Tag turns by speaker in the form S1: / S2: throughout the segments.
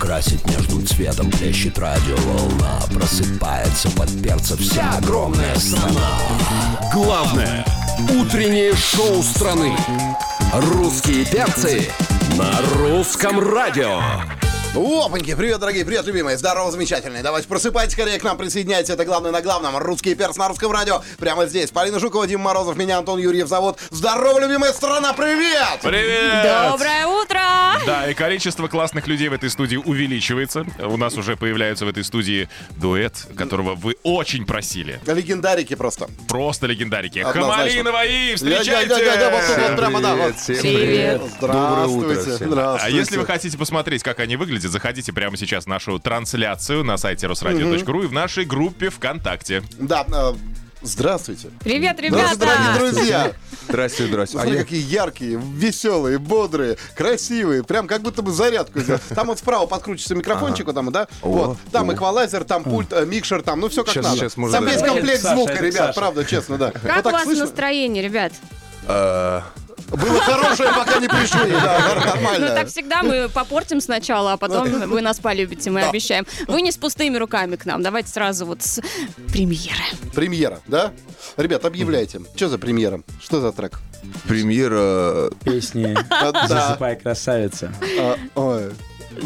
S1: гасит между цветом Плещет радиоволна Просыпается под перца вся огромная страна
S2: Главное утреннее шоу страны. Русские перцы на русском радио.
S3: Опаньки, привет, дорогие, привет, любимые, здорово, замечательные. Давайте просыпайтесь скорее к нам, присоединяйтесь, это главное на главном. Русский перс на русском радио, прямо здесь. Полина Жукова, Дима Морозов, меня Антон Юрьев зовут. Здорово, любимая страна, привет!
S4: Привет!
S5: Доброе утро!
S4: Да, и количество классных людей в этой студии увеличивается. У нас уже появляется в этой студии дуэт, которого вы очень просили.
S3: Легендарики просто.
S4: Просто легендарики.
S3: Однозначно.
S4: Хамалинова и встречайте!
S3: Да, да, да, да, вот тут вот прямо, да, вот.
S5: Привет!
S3: Здравствуйте,
S4: А
S3: здравствуйте.
S4: если вы хотите посмотреть, как они выглядят, заходите прямо сейчас в нашу трансляцию на сайте русрадио.ру и в нашей группе ВКонтакте.
S3: Да, э, здравствуйте.
S5: Привет,
S3: Наши дорогие
S5: ребята!
S3: друзья!
S6: Здрасте, здрасте. А
S3: Смотри,
S6: я-
S3: какие яркие, веселые, бодрые, красивые. Прям как будто бы зарядку сделал. Там вот справа подкрутится микрофончику, там, да? Вот. Там эквалайзер, там пульт, э, микшер, там, ну все как
S6: Щас-
S3: надо.
S6: щас, может,
S3: Там
S6: да.
S3: весь
S6: Ой,
S3: комплект
S7: Саша,
S3: звука,
S7: это
S3: ребят,
S7: Саша.
S3: правда, честно, да.
S5: Как
S3: Вот
S5: у
S3: так
S5: вас
S3: слышно?
S5: настроение, ребят? Ну,
S3: Было хорошее, пока не пришли. Да, нор-
S5: Ну, так
S3: нормально.
S5: всегда мы попортим сначала, а потом вы нас полюбите, мы обещаем. Вы не с пустыми руками к нам, давайте сразу вот с премьеры.
S3: Премьера, да? Ребят, объявляйте. Что за премьера? Что за трек?
S6: Премьера...
S7: Песни
S3: А, Да.
S7: «Засыпай, красавица».
S3: А, ой.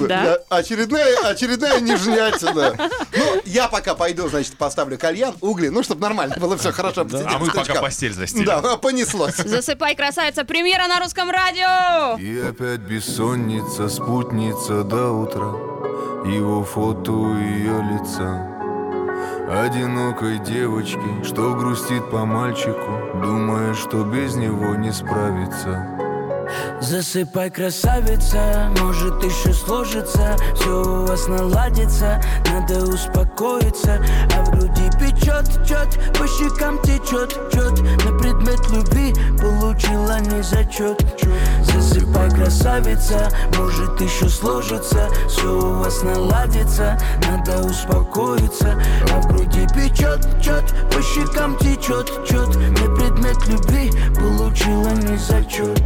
S5: Да?
S3: Я- Очередная, очередная нежнятина. Ну, я пока пойду, значит, поставлю кальян, угли, ну, чтобы нормально было все хорошо. посидеть
S4: А мы
S3: с
S4: пока
S3: точком.
S4: постель застелим.
S3: Да, понеслось.
S5: Засыпай, красавица, премьера на русском радио!
S8: И опять бессонница, спутница до утра Его фото у ее лица Одинокой девочки, что грустит по мальчику Думая, что без него не справится
S9: Засыпай, красавица, может еще сложится Все у вас наладится, надо успокоиться А в груди печет, чет, по щекам течет, чет На предмет любви получила не зачет Засыпай, красавица, может еще сложится Все у вас наладится, надо успокоиться А в груди печет, чет, по щекам течет, чет На предмет любви получила не зачет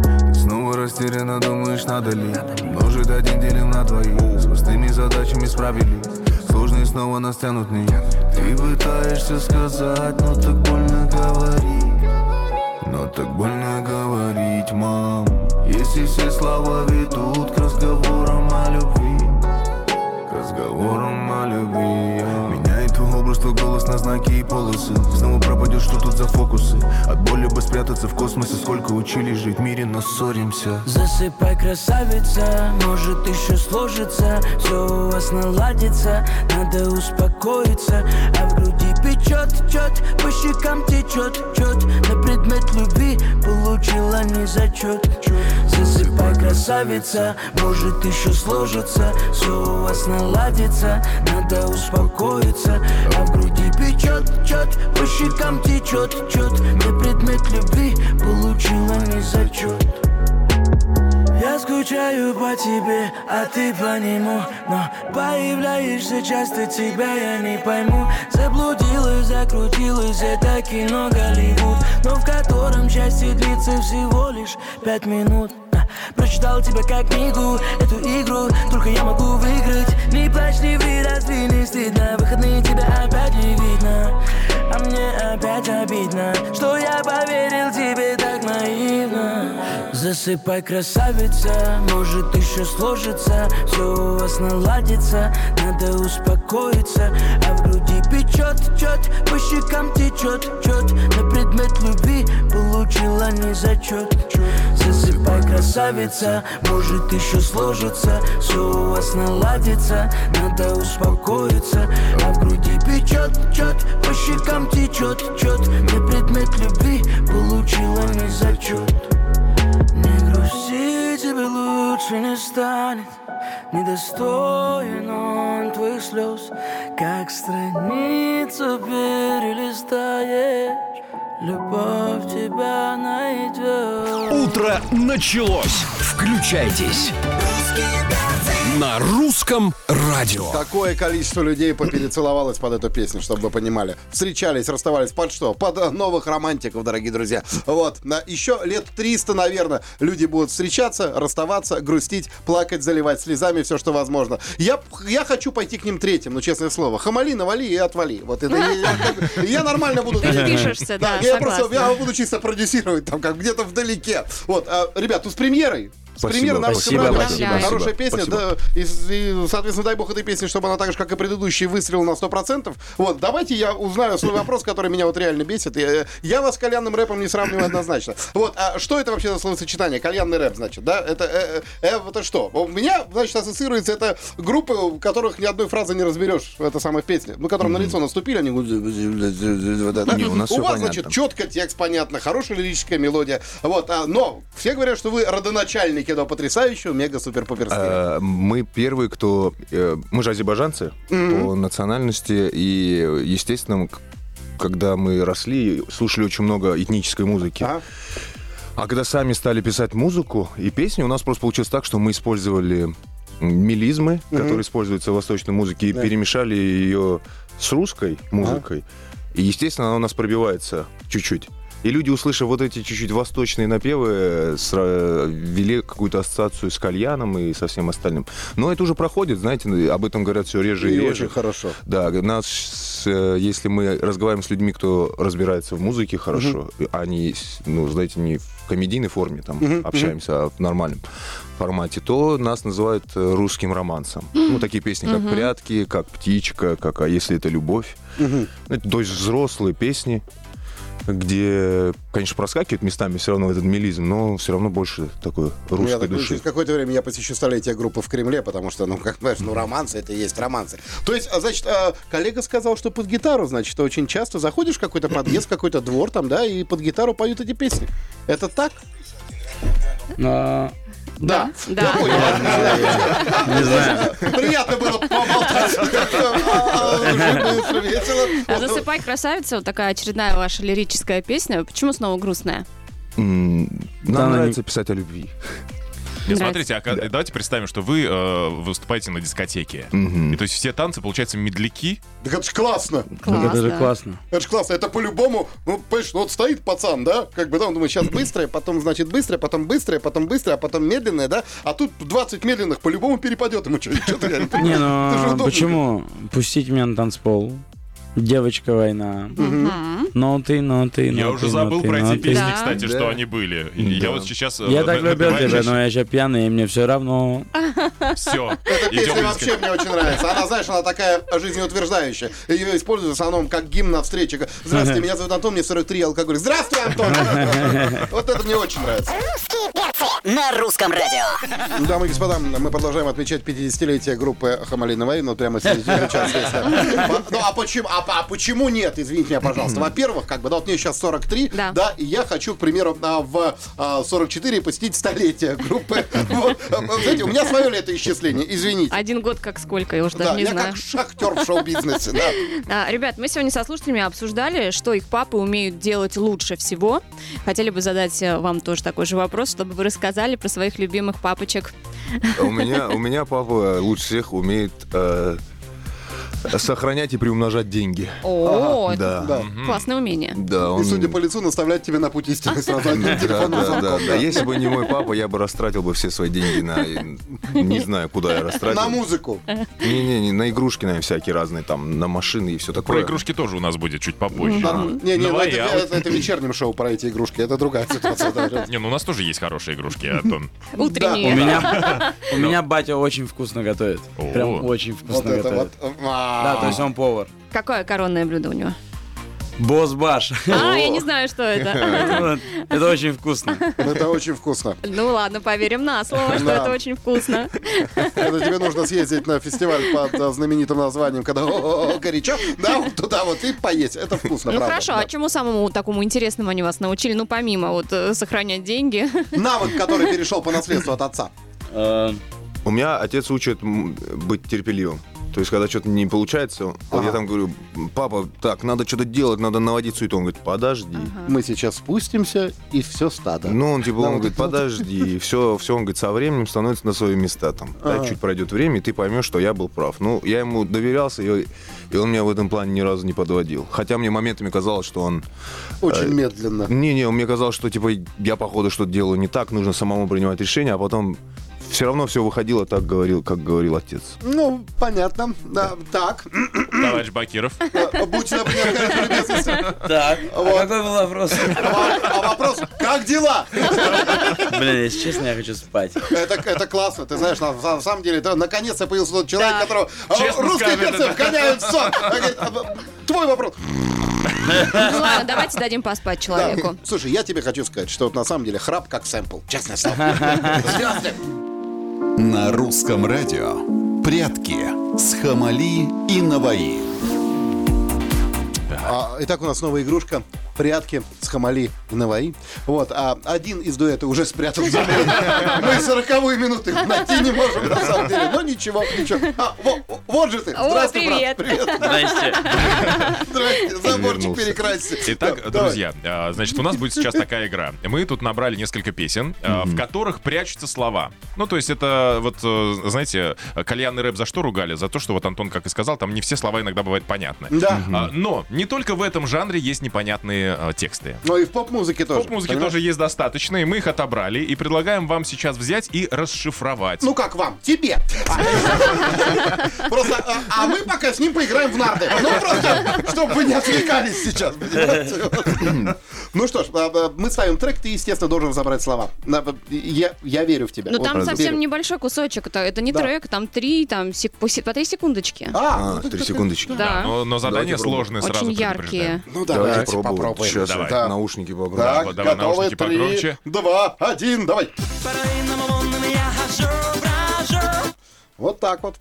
S8: Ты Снова растерянно думаешь, надо ли Множит один делим на двоих С пустыми задачами справились Сложные снова нас тянут вниз Ты пытаешься сказать, но так больно говорить Но так больно говорить, мам Если все слова ведут к разговорам о любви к разговорам о любви я. Меняет твой образ, твой голос на знаки и полосы Снова пропадешь, что тут за фокусы От боли бы спрятаться в космосе Сколько учили жить в мире, но ссоримся
S9: Засыпай, красавица, может еще сложится Все у вас наладится, надо успокоиться А в груди печет, чет, по щекам течет, чет На предмет любви получила не зачет Засыпай, красавица, может еще сложится Все у вас наладится, надо успокоиться А в груди печет, чет, по щекам течет, чет На предмет любви получила не зачет я скучаю по тебе, а ты по нему Но появляешься часто, тебя я не пойму Заблудилась, закрутилась, это кино Голливуд Но в котором счастье длится всего лишь пять минут А, Прочитал тебя как книгу, эту игру Только я могу выиграть Не плачь, не ври, разве не стыдно Выходные тебя опять не видно А мне опять обидно Что я поверил тебе так наивно Засыпай, красавица, может еще сложится Все у вас наладится, надо успокоиться А в груди печет, чет, по щекам течет, чет На предмет любви получила не зачет Засыпай, красавица, может еще сложится Все у вас наладится, надо успокоиться А в груди печет, чет, по щекам течет, чет На предмет любви получила не зачет не грусти, тебе лучше не станет Недостоин он твоих слез Как страницу перелистаешь Любовь тебя найдет
S2: Утро началось.
S1: Включайтесь
S10: русские перцы,
S2: на русском радио.
S3: Такое количество людей поперецеловалось под эту песню, чтобы вы понимали. Встречались, расставались под что? Под э, новых романтиков, дорогие друзья. Вот. На еще лет 300, наверное, люди будут встречаться, расставаться, грустить, плакать, заливать слезами все, что возможно. Я, я хочу пойти к ним третьим, ну, честное слово. Хамали, навали и отвали. Вот это я, я- я нормально буду.
S5: Ты впишешься, да,
S3: я просто
S5: согласна.
S3: я буду чисто продюсировать там, как где-то вдалеке. Вот, а, ребят, тут с премьерой. С
S6: Спасибо,
S3: премьерой на русском
S6: спасибо,
S3: радио.
S5: спасибо,
S3: Хорошая
S6: спасибо,
S3: песня,
S6: спасибо.
S3: да, и, и, соответственно, дай бог этой песне, чтобы она так же, как и предыдущие, выстрелила на 100%. Вот, давайте я узнаю свой вопрос, который меня вот реально бесит. Я, я вас с кальянным рэпом не сравниваю однозначно. Вот, а что это вообще за словосочетание? Кальянный рэп, значит, да? Это, э, э, э, это что? У меня, значит, ассоциируется это группы, у которых ни одной фразы не разберешь в этой самой песне, ну, которым на лицо наступили, они... вот это.
S6: Не, у нас всё
S3: вас,
S6: понятно.
S3: значит, четко текст, понятно, хорошая лирическая мелодия. Вот, а, но все говорят, что вы родоначальники этого потрясающего мега-супер-пупер стиля.
S6: Э, Мы первые, кто... э, Мы же азербайджанцы по национальности, и, естественно, мы к- когда мы росли, слушали очень много этнической музыки.
S3: Ага.
S6: А когда сами стали писать музыку и песни, у нас просто получилось так, что мы использовали мелизмы, которые используются в восточной музыке, и перемешали ее с русской музыкой. И, естественно, она у нас пробивается чуть-чуть. И люди, услышав вот эти чуть-чуть восточные напевы, сра- вели какую-то ассоциацию с кальяном и со всем остальным. Но это уже проходит, знаете, об этом говорят все реже и,
S3: И
S6: реже.
S3: очень хорошо.
S6: Да, нас, с- э, если мы разговариваем с людьми, кто разбирается в музыке хорошо, они, ну, знаете, не в комедийной форме там общаемся, а в нормальном формате, то нас называют э, русским романсом. Ну, такие песни, как «Прятки», как «Птичка», как «А если это любовь». Ну, Это то есть взрослые песни, где, конечно, проскакивает местами все равно этот мелизм, но все равно больше такой
S3: Ну, я
S6: русской
S3: так думаю,
S6: души.
S3: через какое-то время я посещу столетие группы в Кремле, потому что, ну, как понимаешь, ну, романсы это и есть романсы. То есть, а, значит, а, коллега сказал, что под гитару, значит, что очень часто заходишь в какой-то подъезд, в какой-то двор там, да, и под гитару поют эти песни. Это так?
S7: А,
S3: Да.
S5: Да.
S3: Ну, я- Приятно было поболтать. А, уже было весело.
S5: А «Засыпай, красавица» вот такая очередная ваша лирическая песня. Почему снова грустная?
S6: М,
S7: Да,
S6: Нам
S7: она
S6: нравится писать о любви.
S4: Не,
S5: Нравится.
S4: смотрите, а ка- давайте представим, что вы э, выступаете на дискотеке. И то есть все танцы, получается, медляки.
S3: Так это ж классно.
S7: так
S5: Класс,
S7: Ну, это же
S5: да.
S7: классно.
S3: Это же классно, это по-любому, ну, понимаешь, ну, вот стоит пацан, да, как бы, да, он думает, сейчас быстрое, потом, значит, быстрое, потом быстрое, потом быстрое, а потом медленное, да, а тут 20 медленных по-любому перепадет ему что-то, я не понимаю.
S7: Не,
S3: Это же
S7: ну
S3: удобно.
S7: почему? Пустить меня на танцпол. Девочка война. Но ты, но ты,
S4: я
S7: но
S4: уже
S7: ты,
S4: забыл
S7: но ты,
S4: пройти
S7: но ты.
S4: песни,
S5: Да.
S4: кстати, что они были. И Я вот сейчас... э,
S7: Я так люблю тебя, но я сейчас пьяный, и мне все равно.
S4: Все,
S3: Песня
S4: идем на
S3: вообще
S4: дискотеку.
S3: мне очень нравится. Она, знаешь, она такая жизнеутверждающая. Ее используют в основном как гимн на встрече. Здравствуйте, меня зовут Антон, мне 43, я алкоголь. Здравствуй, Антон! Вот это мне очень нравится.
S10: Русские перцы на русском радио.
S3: Дамы и господа, мы продолжаем отмечать 50-летие группы Хамали Наваи, но прямо сейчас сейчас, если- По- Ну а почему, а, а почему нет, извините меня, пожалуйста. Во-первых, как бы, да, вот мне сейчас 43, да,
S5: Да.
S3: и я хочу, к примеру, а, в а, 44 посетить столетие группы. Вот, а, а, Знаете, у меня свое летоисчисление, извините.
S5: Один год как сколько, А, я уже
S3: Да,
S5: даже не
S3: я
S5: знаю.
S3: как шахтер в шоу-бизнесе, да.
S5: А, Ребят, мы сегодня со слушателями обсуждали, что их папы умеют делать лучше всего. Хотели бы задать э, вам тоже такой же вопрос, чтобы вы рассказали про своих любимых папочек.
S6: А У меня, у меня папа лучше всех умеет э, сохранять и приумножать деньги.
S5: О, это
S6: Да.
S3: Да.
S5: классное умение.
S6: Да,
S3: И,
S6: он...
S3: судя по лицу, наставлять тебя на путь истины сразу
S6: Да,
S3: одним
S6: да,
S3: телефонным
S6: да,
S3: звонком.
S6: да. Если бы не мой папа, я бы растратил бы все свои деньги на... Не знаю, куда я растратил.
S3: На музыку.
S6: Не-не-не, на игрушки, наверное, всякие разные, там, на машины и все
S4: Про
S6: такое.
S4: игрушки тоже у нас будет чуть попозже.
S3: Не, не, ну,
S4: Давай
S3: это,
S4: я вот-
S3: это, это вечерним шоу про эти игрушки, это другая ситуация. да.
S4: Не, ну у нас тоже есть хорошие игрушки, Антон.
S7: У
S5: Утренние.
S7: меня, у меня батя очень вкусно готовит.
S4: О.
S7: Прям очень
S3: Вот
S7: вкусно
S3: это вот.
S7: готовит.
S3: А.
S7: Да, то есть он повар.
S5: Какое коронное блюдо у него?
S7: Босс Баш.
S5: А, я не знаю, что это.
S7: Это очень вкусно.
S3: Это очень вкусно.
S5: Ну ладно, поверим на слово, что
S3: Да.
S5: это очень вкусно.
S3: Это тебе нужно съездить на фестиваль под а, знаменитым названием, когда «О-о-о, горячо, да, вот туда вот и поесть. Это вкусно,
S5: Ну
S3: правда.
S5: хорошо, а чему самому такому интересному они вас научили? Ну помимо вот э, сохранять деньги.
S3: Навык, который перешел по наследству от отца.
S7: Э,
S6: У меня отец учит м, быть терпеливым. То То есть, когда что-то не получается, вот я там говорю, папа, так, надо что-то делать, надо наводить суету. Он говорит, подожди.
S3: Мы сейчас спустимся, и все стадо.
S6: Ну, он типа,
S3: Да,
S6: он
S3: вот
S6: говорит,
S3: это вот.
S6: подожди, все, все, он говорит, со временем становится на свои места там. Да, чуть пройдет время, и ты поймешь, что я был прав. Ну, я ему доверялся, и, и он меня в этом плане ни разу не подводил. Хотя мне моментами казалось, что он...
S3: Очень
S6: э,
S3: медленно.
S6: Не-не, мне казалось, что типа я походу что-то делаю не так, нужно самому принимать решение, а потом все равно все выходило так, говорил, как говорил отец.
S3: Ну, понятно. Да, так.
S4: Товарищ Бакиров.
S3: Э, Будьте на приятной любезности.
S7: Так, а какой был вопрос?
S3: А во- а вопрос, как дела?
S7: Блин, если честно, я хочу спать.
S3: Это, это классно, ты знаешь, на, на самом деле, это наконец-то появился тот человек, которого а,
S4: Честно
S3: русские
S4: скажем,
S3: перцы
S4: это-
S3: вгоняют в сон. А, говорит, а, б- Твой вопрос.
S5: Ну ладно, давайте дадим поспать
S3: Да.
S5: человеку.
S3: Слушай, я тебе хочу сказать, что вот на самом деле храп как сэмпл, честное слово. Звезды.
S2: На русском радио. Прятки с Хамали и Наваи.
S3: А, Итак, у нас новая игрушка. Прятки с Хамали и Наваи. Вот, а один из дуэта уже спрятал за Мы сороковую минуту их найти не можем, на самом деле. Но ничего, ничего. А, во- во- вот же ты.
S5: О,
S3: Здрасте,
S5: привет.
S3: брат. Привет.
S7: Здрасте.
S3: Здрасте. Заборчик
S6: Вернулся.
S3: перекрасился.
S4: Итак,
S3: Да, давай.
S4: друзья, а, значит, у нас будет сейчас такая игра. Мы тут набрали несколько песен, а, в которых прячутся слова. Ну, то есть это вот, э, знаете, кальянный рэп за что ругали? За то, что вот Антон, как и сказал, там не все слова иногда бывают понятны.
S3: Да.
S4: А, Но не только в этом жанре есть непонятные а, тексты.
S3: Ну и в поп-музыке тоже.
S4: Поп-музыки
S3: понимаешь?
S4: тоже есть достаточно, и мы их отобрали, и предлагаем вам сейчас взять и расшифровать.
S3: Ну как вам? Тебе. Просто, а, а мы пока с ним поиграем в нарды. Ну просто, чтобы вы не отвлекались сейчас. понимаете? Ну что ж, а, а, мы ставим трек, ты, естественно, должен забрать слова. На- Я, я верю в тебя.
S5: Ну
S3: Вот
S5: там
S3: правда.
S5: совсем
S3: Верю.
S5: небольшой кусочек, это, это не
S3: Да.
S5: трек, там три, там сек- по, се- по три секундочки.
S3: А,
S6: А, три секундочки.
S5: Да.
S4: Но, но задания
S6: Давайте пробуем.
S4: сложные, сразу
S5: Очень
S4: предупреждаю.
S5: яркие.
S3: ну
S6: Давайте
S3: давайте
S6: пробуем.
S3: попробуем.
S6: Сейчас
S4: Давай.
S6: я наушники попробую.
S3: Так,
S4: Давай,
S3: готовы?
S4: наушники
S3: Три,
S4: погромче.
S3: два, один, давай.
S9: По районам Лондона я хожу, брожу.
S3: Вот так вот.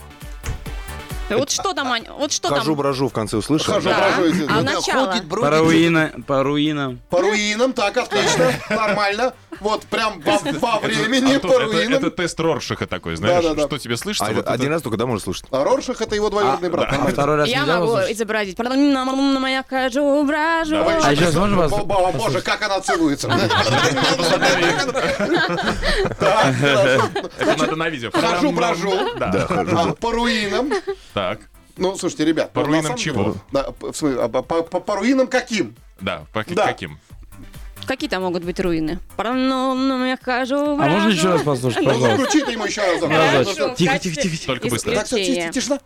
S5: Вот что там, Ань, вот что
S6: Хожу,
S5: там?
S6: брожу, в конце услышал.
S3: Хожу,
S5: Да.
S3: брожу, иди. Ну,
S5: А начало?
S3: ходит, бродит.
S7: По руинам, по руинам.
S3: По
S4: Ну,
S3: руинам, так, отлично, нормально. Вот прям во, во времени
S4: Антон,
S3: по
S4: А это,
S3: руинам.
S4: это тест Роршиха такой, знаешь,
S3: Да-да-да.
S4: что тебе слышится?
S6: А
S4: вот это-
S6: один раз только, да, можно слушать?
S3: А Роршах это его двоюродный брат.
S7: А второй раз
S5: Я
S7: нельзя
S5: могу
S7: услышать?
S5: изобразить. Потом на на меня хожу, брожу.
S3: Давай
S7: А сейчас можно вас?
S3: О, ба- о, боже, как она целуется. Так, хорошо.
S4: Это надо на видео.
S3: Хожу, брожу.
S4: Да.
S3: А, По руинам.
S4: Так,
S3: Ну, слушайте, ребят.
S4: По
S3: ну, на
S4: руинам
S3: самом
S4: чего?
S3: деле- Да, п- в смысле, а, по- По по руинам каким?
S4: да, по
S3: Да.
S4: каким?
S5: А Какие там могут быть руины? Парану на меня хожу,
S7: А
S5: брожу.
S7: можно еще раз послушать,
S3: Ну,
S7: пожалуйста?
S3: Включите ему еще раз.
S5: Хорошо,
S3: Ну,
S7: Тихо,
S5: как-
S7: тихо, тихо, тихо.
S4: Только быстро.
S3: Так, всё, ти-
S5: Исключение.
S3: тишина.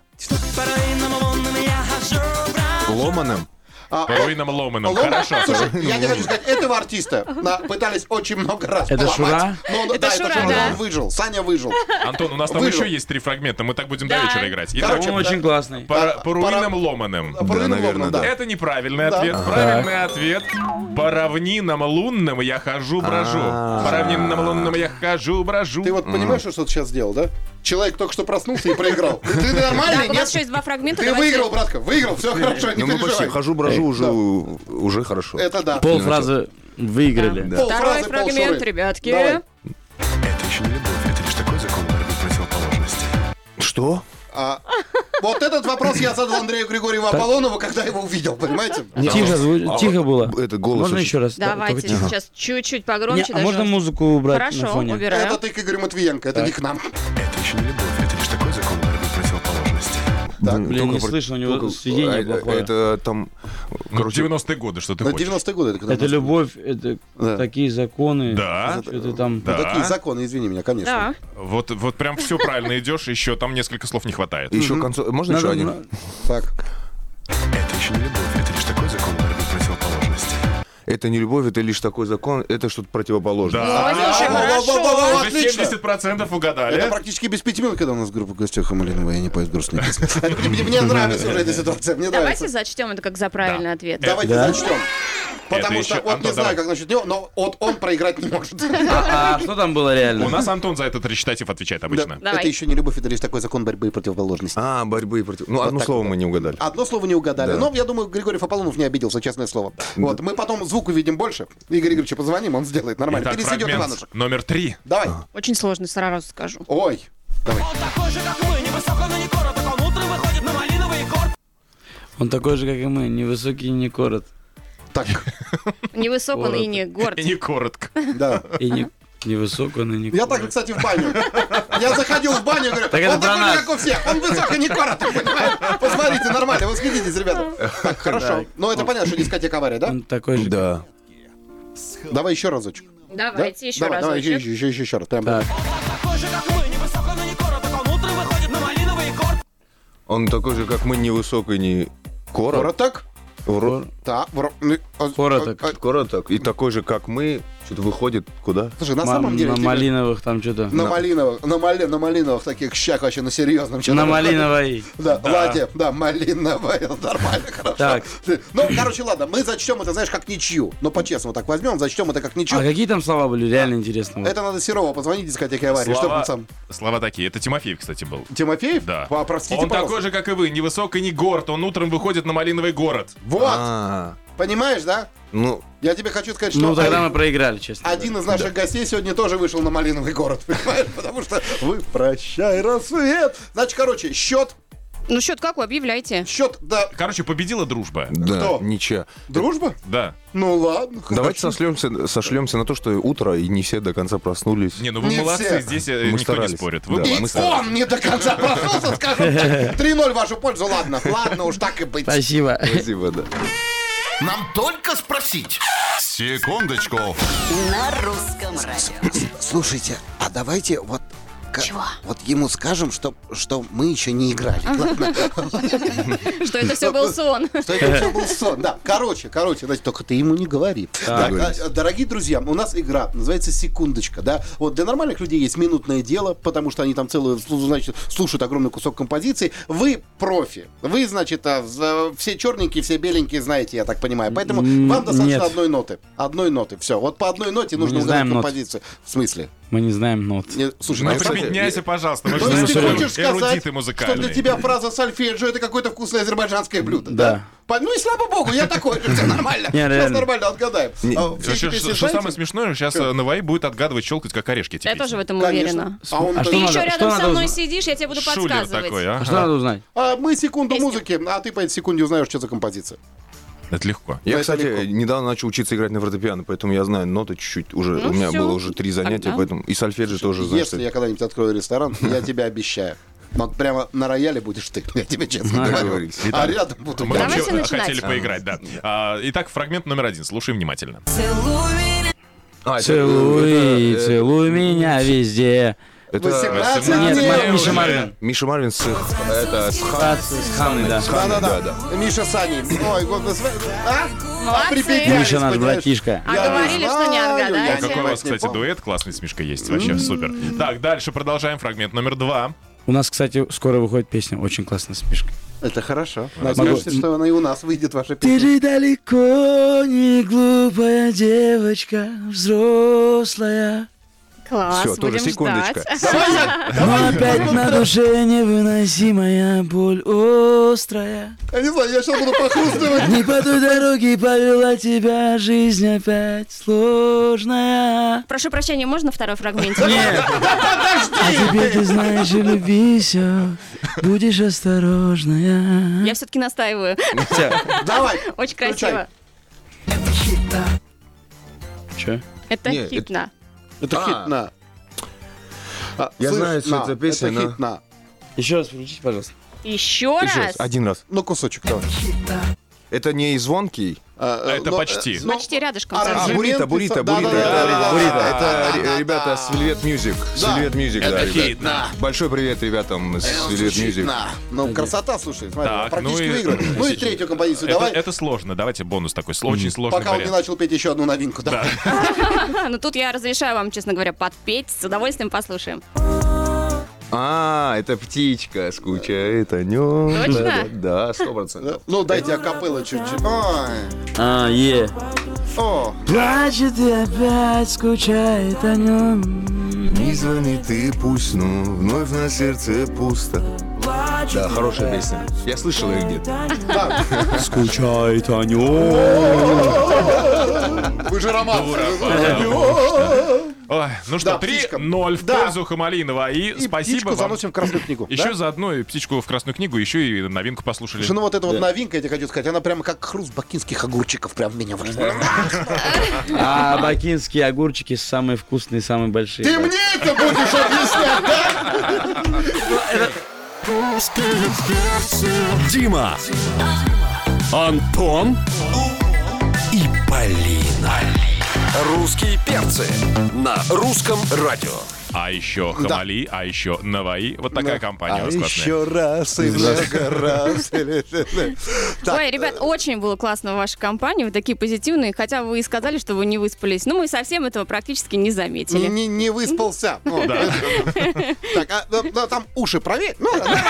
S9: По районам Лондона я хожу, брожу.
S6: Ломаным?
S3: А,
S4: По руинам ломаным.
S3: Ломаным?
S4: Хорошо.
S3: Слушай, я не хочу сказать, этого артиста на- пытались очень много раз
S7: Это
S3: поломать.
S7: Шура?
S3: Но он- да, это
S5: Шура,
S3: Шура,
S5: да.
S3: он выжил, Саня выжил.
S4: Антон, у нас там
S3: Выжил.
S4: еще есть три фрагмента, мы так будем до
S5: Да.
S4: вечера играть. Итак,
S3: Короче,
S7: Он очень классный.
S4: по,
S3: а,
S4: по руинам ломаным.
S3: По руинам
S6: наверное,
S3: Лобна,
S6: да.
S3: да.
S4: Это неправильный
S3: Да.
S4: ответ. Правильный ответ. По равнинам лунным я хожу, брожу. По равнинам лунным я хожу, брожу.
S3: А. Ты вот понимаешь, что ты сейчас сделал, да? Человек только что проснулся и проиграл. Ты
S5: Так,
S3: нормальный,
S5: у нас
S3: нет?
S5: еще есть два фрагмента.
S3: Ты
S5: давайте-
S3: выиграл, братка, выиграл, все хорошо, не
S6: Ну, мы почти.
S3: переживай.
S6: Хожу, брожу, уже, уже хорошо.
S3: Это да.
S7: Пол фразы выиграли.
S3: Пол
S5: Второй
S3: фразы, пол
S5: фрагмент,
S3: шуры.
S5: ребятки.
S3: Давай.
S2: Это еще не любовь, это лишь такой закон борьбы противоположности.
S6: Что?
S3: А, вот этот вопрос я задал Андрею Григорьеву Аполлонову, когда его увидел, понимаете?
S7: Тихо, зву- тихо было.
S6: Это голос
S7: Можно
S6: очень-
S7: еще раз? Да,
S5: Давайте
S7: только тихо.
S5: сейчас чуть-чуть
S7: Не,
S5: погромче.
S7: а
S5: даже
S7: можно
S5: раз.
S7: музыку убрать на
S5: Хорошо,
S7: фоне?
S5: убираем.
S3: Это ты к Игорю Матвиенко, это не к нам.
S2: Это еще не любовь, это лишь такой закон борьбы противоположности.
S7: Блин, не
S6: про-
S7: слышно, у него
S6: только-
S7: сведение
S6: а, э,
S7: плохое.
S6: Это там...
S4: Ну, 90-е годы, что ты
S3: На
S4: хочешь?
S3: 90-е годы. когда
S7: Это
S3: нас-
S7: любовь, это
S3: Да.
S7: такие законы.
S4: Да.
S7: Что ты там?
S4: Да.
S3: Такие законы, извини меня, конечно.
S5: Да.
S4: Вот, вот прям все правильно идешь, еще там несколько слов не хватает.
S6: Еще концо... Можно еще
S7: Надо-
S6: один?
S3: Так.
S2: Это еще не любовь, это лишь такой закон борьбы противоположности.
S6: Это не любовь, это лишь такой закон, это что-то противоположное.
S4: Да.
S3: А, Во-во-во-во-во,
S4: Уже
S3: Отлично.
S4: 70%
S3: Это
S4: угадали.
S3: практически без пяти минут, когда у нас группа в гостях Хамалинова, я не поесть грустные песни. Это Мне мне нравится уже эта ситуация, мне
S5: Давайте
S3: нравится.
S5: зачтем это как за правильный
S4: Да.
S5: ответ.
S3: Давайте зачтем. Потому
S4: Это
S3: что
S4: еще-
S3: вот не
S4: Антон,
S3: знаю,
S4: давай.
S3: как насчет него, но вот он проиграть не может.
S7: А что там было
S4: У
S7: реально?
S4: нас Антон за этот речитатив отвечает обычно.
S5: Давай.
S3: Это еще не любовь, это лишь такой закон борьбы и противоположности.
S6: А, борьбы и против... Ну, одно
S3: так
S6: слово
S3: вот.
S6: мы не угадали.
S3: Одно слово не угадали. Но я думаю, Григорьев Аполлонов не обиделся, честное слово. Вот, мы потом звук увидим больше. Игорь Игоревича позвоним, он сделает нормально.
S4: Итак,
S3: Пересидет
S4: фрагмент
S3: Иванушек.
S4: номер три.
S3: Давай.
S5: А. Очень сложно, сразу скажу.
S3: Ой.
S9: Он такой же, как мы, не высоко, но не короток, он утром выходит на малиновый корт.
S7: Он такой же, как и мы, невысокий и не корот.
S3: Так,
S5: Невысок он и
S7: Коротко.
S5: не горд.
S4: И не коротко.
S3: да.
S7: И не невысок он и не
S3: Я
S7: корот.
S3: так, кстати, в баню. Я заходил в баню и говорю,
S7: Так это
S3: он
S7: про
S3: такой же,
S7: нас.
S3: как у всех. Он высок и не короток, понимаешь? Посмотрите, нормально, восхититесь, ребята. Так, хорошо. Ну, это понятно, что дискотека авария, да?
S7: Он такой же. как-
S6: Да.
S3: Давай еще разочек. Да?
S5: Давайте еще
S3: Давай,
S5: раз.
S3: Давай, еще, еще, еще, еще раз. Прям
S7: Так.
S9: Такой же, как мы, невысоко, но не короток. Он утром выходит на малиновый корт.
S6: Он такой же, как мы, невысок и не корот.
S3: короток.
S6: Ро-
S3: Да, вор- ну, а-
S7: Короток.
S3: а- а-
S6: Короток. И такой же, как мы, что-то выходит куда?
S3: Слушай, на
S7: Ма-
S3: самом деле...
S7: на
S3: тебе-
S7: малиновых там что-то.
S3: На малиновых, на, мали- на малиновых таких щах вообще, на серьезном. чё
S7: На
S3: там.
S7: малиновой.
S3: Да, латте, да, малиновая, нормально, хорошо.
S7: Так.
S3: Ты- Ну, короче, ладно, мы зачтем это, знаешь, как ничью. Но по-честному так возьмем, зачтем это как ничью.
S7: А какие там слова были? Реально интересно.
S3: Это надо Серова позвонить дискотеке аварии, чтобы он
S4: Слова,
S3: сам...
S4: слова такие. Это Тимофеев, кстати, был.
S3: Тимофеев?
S4: Да.
S3: По- Простите,
S4: он
S3: пожалуйста.
S4: такой же, как и вы, невысок и не горд. Он утром выходит на Малиновый город.
S3: Вот,
S6: А,
S3: понимаешь, да?
S6: Ну,
S3: Я тебе хочу сказать, что
S7: Ну тогда
S3: один-
S7: мы проиграли, честно.
S3: один из наших гостей сегодня тоже вышел на Малиновый город, понимаешь? Потому что вы прощай, рассвет. Значит, короче, счет,
S5: Ну счет как вы объявляете?
S3: счет, да,
S4: Короче, победила дружба.
S6: да,
S3: Кто?
S6: ничья.
S3: дружба?
S4: Да.
S3: Ну ладно.
S6: Давайте
S3: хорошо.
S6: сошлемся, сошлемся на то, что утро, и не все до конца проснулись.
S4: Не, ну вы
S3: Не
S4: молодцы,
S3: все.
S4: здесь э,
S6: Мы
S4: никто
S6: старались.
S4: не спорит. Вы
S6: Да.
S3: И
S4: молодцы.
S6: мы сами.
S3: он не до конца проснулся, скажем так. 3-0 в вашу пользу, ладно. Ладно, уж так и быть.
S7: Спасибо.
S6: Спасибо, да.
S1: Нам только спросить.
S2: Секундочку.
S10: На русском радио.
S3: Слушайте, а давайте вот... к-
S5: Чего?
S3: Вот ему скажем, что, что мы еще не играли. Ладно,
S5: Что это все был сон.
S3: что это все был сон. Да, короче, короче, значит, только ты ему не говори. Так, а, дорогие друзья, у нас игра называется «Секундочка», да? Вот для нормальных людей есть минутное дело, потому что они там целую, слу- значит, слушают огромный кусок композиции. Вы профи. Вы, значит, а, за- все черненькие, все беленькие знаете, я так понимаю. Поэтому
S7: М,
S3: вам достаточно
S7: нет.
S3: одной ноты. Одной ноты, все. Вот по одной ноте нужно
S7: не знаем
S3: угадать
S7: нот.
S3: композицию. В смысле?
S7: Мы не знаем нот.
S3: Не, Слушай,
S4: Ну,
S3: на самом-
S4: прибедняйся, пожалуйста.
S6: Ну,
S4: Мы
S3: то
S4: же
S3: есть ты
S4: знаем,
S3: хочешь
S4: что вы
S3: сказать,
S4: эрудиты
S3: что
S4: музыкальные.
S3: для тебя фраза сальфеджио это какое-то вкусное азербайджанское блюдо, да?
S7: Да.
S3: По- Ну и слава богу, я такой же, все нормально.
S7: Не,
S3: Сейчас
S7: реально.
S3: нормально отгадаем. А, все
S4: Э, Что,
S3: эти
S4: что-
S3: песни
S4: что
S3: знаете?
S4: самое смешное, сейчас э, Наваи будет отгадывать, щелкать, как орешки эти
S5: Я
S4: песни.
S5: тоже в этом
S3: Конечно.
S5: уверена.
S3: А он так-
S7: А
S5: Ты
S7: Что
S5: еще
S7: надо-
S5: рядом
S7: что
S5: со
S7: надо
S5: мной
S7: узнать?
S5: сидишь, я тебе буду
S4: Шулер такой,
S5: подсказывать.
S4: ага.
S7: Что надо узнать?
S3: А мы секунду
S5: Песня.
S3: музыки, а ты по этой секунде узнаешь, что за композиция.
S4: Это легко.
S6: Я,
S3: это
S6: кстати,
S3: легко.
S6: недавно начал учиться играть на фортепиано, поэтому я знаю ноты чуть-чуть уже.
S5: Ну
S6: У меня
S5: всё.
S6: было уже три занятия,
S5: Тогда.
S6: поэтому и сольфеджи тоже знаю.
S3: Если я когда-нибудь открою ресторан, я тебя обещаю. Вот прямо на рояле будешь ты, я тебе честно говорю.
S6: говорите.
S3: А рядом буду.
S4: Мы
S3: я.
S5: Давайте
S4: вообще
S5: начинать.
S4: хотели поиграть, да. А, Итак, фрагмент номер один. Слушай внимательно.
S6: А, это-
S7: Целуй,
S6: это- э,
S7: целуй меня везде.
S6: это-
S3: 18
S7: Нет,
S3: лет.
S7: Ма-
S4: уже.
S7: Миша Марвин.
S6: Миша Марвин с... Это, с Ха-
S7: Хац с Ханой, да.
S6: с Ханой,
S3: Да-да-да. Миша Сани. Ой, год нас- А? А
S5: Молодцы.
S3: припеняли,
S7: Миша наш
S3: понимаешь?
S7: братишка.
S5: А
S3: Я
S5: говорили, что не
S3: знаю, я
S4: О,
S5: отгадаете.
S3: не
S4: А какой у вас,
S3: не
S4: кстати,
S3: помню.
S4: дуэт классный с Мишкой есть. Вообще супер. Так, дальше продолжаем. Фрагмент номер два.
S7: У нас, кстати, скоро выходит песня очень классная с Мишкой.
S3: Это хорошо. Надеемся, что она и у нас выйдет, ваша
S7: Ты
S3: песня.
S7: же далеко не глупая девочка, взрослая.
S5: Класс,
S6: Всё, тоже
S5: будем
S6: секундочка.
S5: ждать.
S7: Но опять на душе невыносимая боль острая.
S3: Я не знаю, я сейчас буду похрустывать.
S7: Не по той дороге повела тебя жизнь опять сложная.
S5: Прошу прощения, можно второй фрагмент?
S7: А теперь ты знаешь, и люби всё, будешь осторожная.
S5: Я все-таки настаиваю.
S3: Давай.
S5: Очень
S3: Включай.
S5: красиво.
S7: Че?
S5: Это
S6: Не, это-
S5: хитно.
S3: Это
S6: А.
S3: хитна. А,
S6: Я
S3: слышь,
S6: знаю, что
S3: на,
S6: это песня,
S3: Это
S6: но-
S3: хитна.
S7: Еще раз включите, пожалуйста.
S5: Еще
S6: Еще
S5: раз.
S6: раз, один раз.
S3: Ну, кусочек давай.
S6: Это не и звонкий.
S3: А, э,
S4: Это
S3: но,
S4: почти.
S3: э, но-
S5: Почти рядышком.
S3: А,
S5: совсем.
S6: А,
S3: Аргумент
S6: Бурита,
S3: писа-
S6: Бурита,
S3: Да-да-да,
S6: Бурита.
S3: да-да-да.
S6: Бурита. Это ре- ребята с Silhouette Music. Silhouette Music, да, Э, ребят.
S3: хитно.
S6: Большой привет ребятам с Silhouette Music.
S3: Хитна. Ну, красота, слушай, смотри,
S4: Так,
S3: практически
S4: ну и-
S3: выиграл. Ну и
S4: Сейчас.
S3: третью композицию
S4: Это,
S3: давай.
S4: это сложно. Давайте бонус такой. сл- Очень сложный
S3: Пока он не
S4: вариант.
S3: начал петь еще одну новинку. Да.
S5: А, Ну тут я разрешаю вам, честно говоря, подпеть. С удовольствием послушаем.
S6: А, это птичка скучает о нем.
S5: Точно?
S6: Да, сто процентов.
S3: Ну, дайте акапеллы чуть-чуть. Ой,
S7: А, е.
S3: О,
S7: Плачет и опять скучает о нем.
S6: Не звони ты, пусть, ну, вновь на сердце пусто. Да, хорошая песня. Я слышал ее где-то.
S7: Скучает о нем.
S3: вы же роман.
S4: Потому что Ой, ну что,
S3: Да, птичка.
S4: 3-0 в
S3: Да.
S4: пользу Хамалинова. И,
S3: И
S4: спасибо
S3: птичку
S4: вам.
S3: заносим в красную книгу. да?
S4: Еще заодно и птичку в красную книгу, еще и новинку послушали.
S3: Слушай, ну вот эта вот новинка, я тебе хочу сказать, она прямо как хруст бакинских огурчиков прям в меня вошла.
S7: А бакинские огурчики самые вкусные, самые большие.
S3: Ты мне это будешь объяснять, да?
S1: Дима, Антон и Полина. Русские перцы на русском радио.
S3: ну,
S4: А еще Хамали, а еще Наваи. Вот такая компания у
S3: А
S4: вас классная.
S3: еще раз и много раз. Так,
S5: Ой, ребят, очень было классно в вашей компании, вы такие позитивные, хотя вы и сказали, что вы не выспались. Ну, мы совсем этого практически не
S3: Не,
S5: заметили.
S3: не- не выспался. Ну,
S4: Да.
S3: Так, а, да, да, там уши проверь. Ну, давай,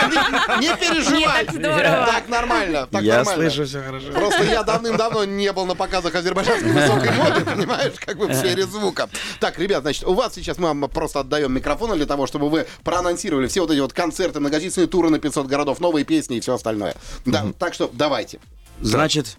S3: не, не переживай.
S5: Не, так здорово.
S3: Так нормально. Так
S7: Я
S3: нормально.
S7: слышу все хорошо.
S3: Просто я давным-давно не был на показах азербайджанской высокой моды, понимаешь, как бы в сфере звука. Так, ребят, значит, у вас сейчас мы вам просто отдаем микрофон для того, чтобы вы проанонсировали все вот эти вот концерты, многочисленные туры на 500 городов, новые песни и все остальное. Да, так что давайте.
S7: Значит,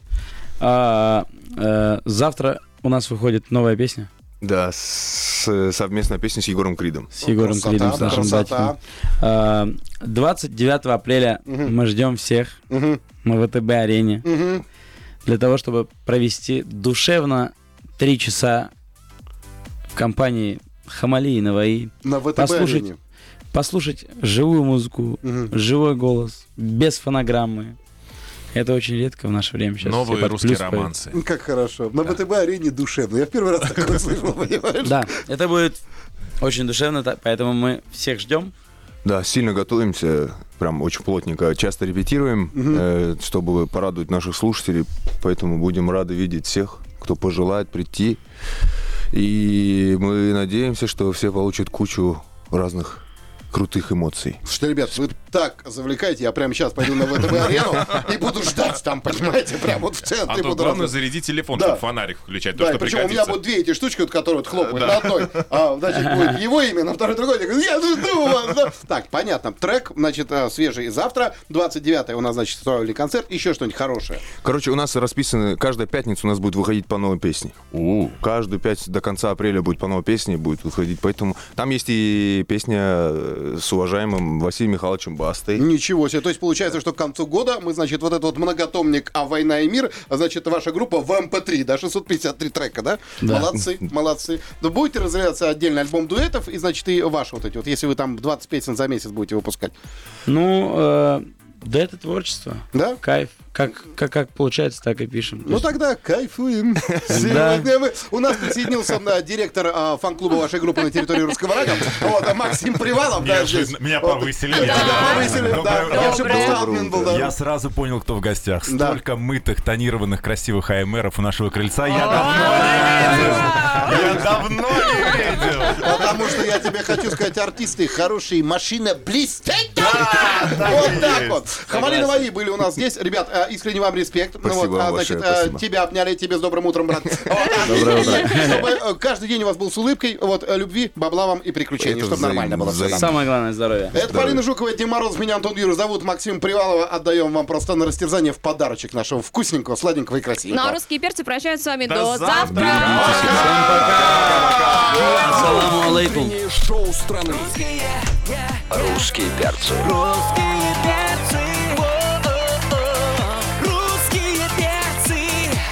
S7: а, э, завтра у нас выходит новая песня
S6: Да, с- совместная песня с Егором Кридом.
S7: с Егором
S3: красота,
S7: Кридом, с нашим
S3: красота.
S7: братиком. А, 29 апреля мы ждем всех на ВТБ-арене
S3: Мгм.
S7: для того, чтобы провести душевно три часа в компании Хамали и Наваи.
S3: На ВТБ
S7: Послушать,
S3: арене.
S7: послушать живую музыку,
S3: Мгм.
S7: живой голос, без фонограммы. Это очень редко в наше время сейчас.
S4: Новые
S7: Все под
S4: русские
S7: плюс поют.
S4: романсы.
S3: Ну, Как хорошо. На ВТБ арене душевно. Я в первый раз такое слышал, понимаешь?
S7: Да, это будет очень душевно, та- поэтому мы всех ждем.
S6: Да, сильно готовимся, прям очень плотненько. Часто репетируем, э, чтобы порадовать наших слушателей. Поэтому будем рады видеть всех, кто пожелает прийти. И мы надеемся, что все получат кучу разных крутых эмоций.
S3: Что, ребят, вы так завлекаете, я прямо сейчас пойду на ВТБ арену и буду ждать там, понимаете, прямо вот в
S4: А
S3: центре.
S4: тут
S3: буду
S4: главное
S3: раз-
S4: зарядить телефон,
S3: Да.
S4: чтобы фонарик включать, то,
S3: Да, и
S4: что
S3: причем у меня
S4: пригодится.
S3: будут две эти штучки, вот, которые вот хлопают на одной. А, значит, будет его имя, на второй другой. Я говорю, я жду вас. да. Так, понятно. Трек, значит, а, свежий завтра. 29 у нас, значит, устроили концерт. Еще что-нибудь хорошее.
S6: Короче, у нас расписаны, каждая пятница у нас будет выходить по новой песне. Каждую пятницу до конца апреля будет по новой песне, будет выходить. Поэтому там есть и песня э, с уважаемым Василием Михайловичем Бастой.
S3: Ничего себе. То есть получается, что к концу года мы, значит, вот этот вот многотомник «А война и мир», а, значит, ваша группа в МП3, да, 653 трека, да? Молодцы, молодцы. Да будете разделяться отдельно альбом дуэтов и, значит, и ваши вот эти вот, если вы там 20 песен за месяц будете выпускать.
S7: Ну, э, да это творчество.
S3: Да?
S7: Кайф. Как, как, как получается, так и пишем.
S3: Ну тогда кайфуем. Сегодня мы- У нас присоединился м, да, директор а, фан-клуба вашей группы на территории Русского радио. Вот, а, Максим Привалов. да, здесь.
S11: Неожиданно. Меня
S3: Вот.
S11: повысили.
S3: Да,
S11: Я-
S3: да,
S4: Ну,
S3: повысили, да.
S11: Доброе
S3: Я вообще
S5: утро.
S3: просто админ был, да.
S11: Я сразу понял, кто в гостях.
S3: Да.
S11: Столько мытых, тонированных, красивых АМРов у нашего крыльца. Я
S3: А,
S11: давно не видел. Я давно не видел.
S3: Потому что я тебе хочу сказать, артисты хорошие, машина блестящая. Вот так вот. Хамалина Ваи были у нас здесь. Ребят, э, искренне вам респект. Ну
S6: Спасибо
S3: вот, а,
S6: вам
S3: значит,
S6: большое,
S3: э,
S6: спасибо.
S3: тебя обняли, тебе с добрым утром, брат. Вот, а, Чтобы э, каждый день у вас был с улыбкой, вот, э, любви, бабла вам и приключений,
S6: Это
S3: чтобы
S6: взаим-
S3: нормально было всё там.
S6: взаим-
S7: Самое главное здоровье.
S3: Это Полина Жукова, Дим Мороз, меня Антон Юрьев зовут, Максим Привалова. Отдаем вам просто на растерзание в подарочек нашего вкусненького, сладенького и красивого.
S5: Ну, а русские перцы прощаются с вами
S4: До
S5: до
S4: завтра.
S5: завтра.
S7: Ассаламу алейкум.
S1: Утреннее шоу страны. Русские перцы.
S9: Русские перцы, русские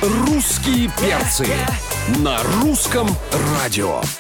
S9: перцы.
S1: Русские перцы на русском радио.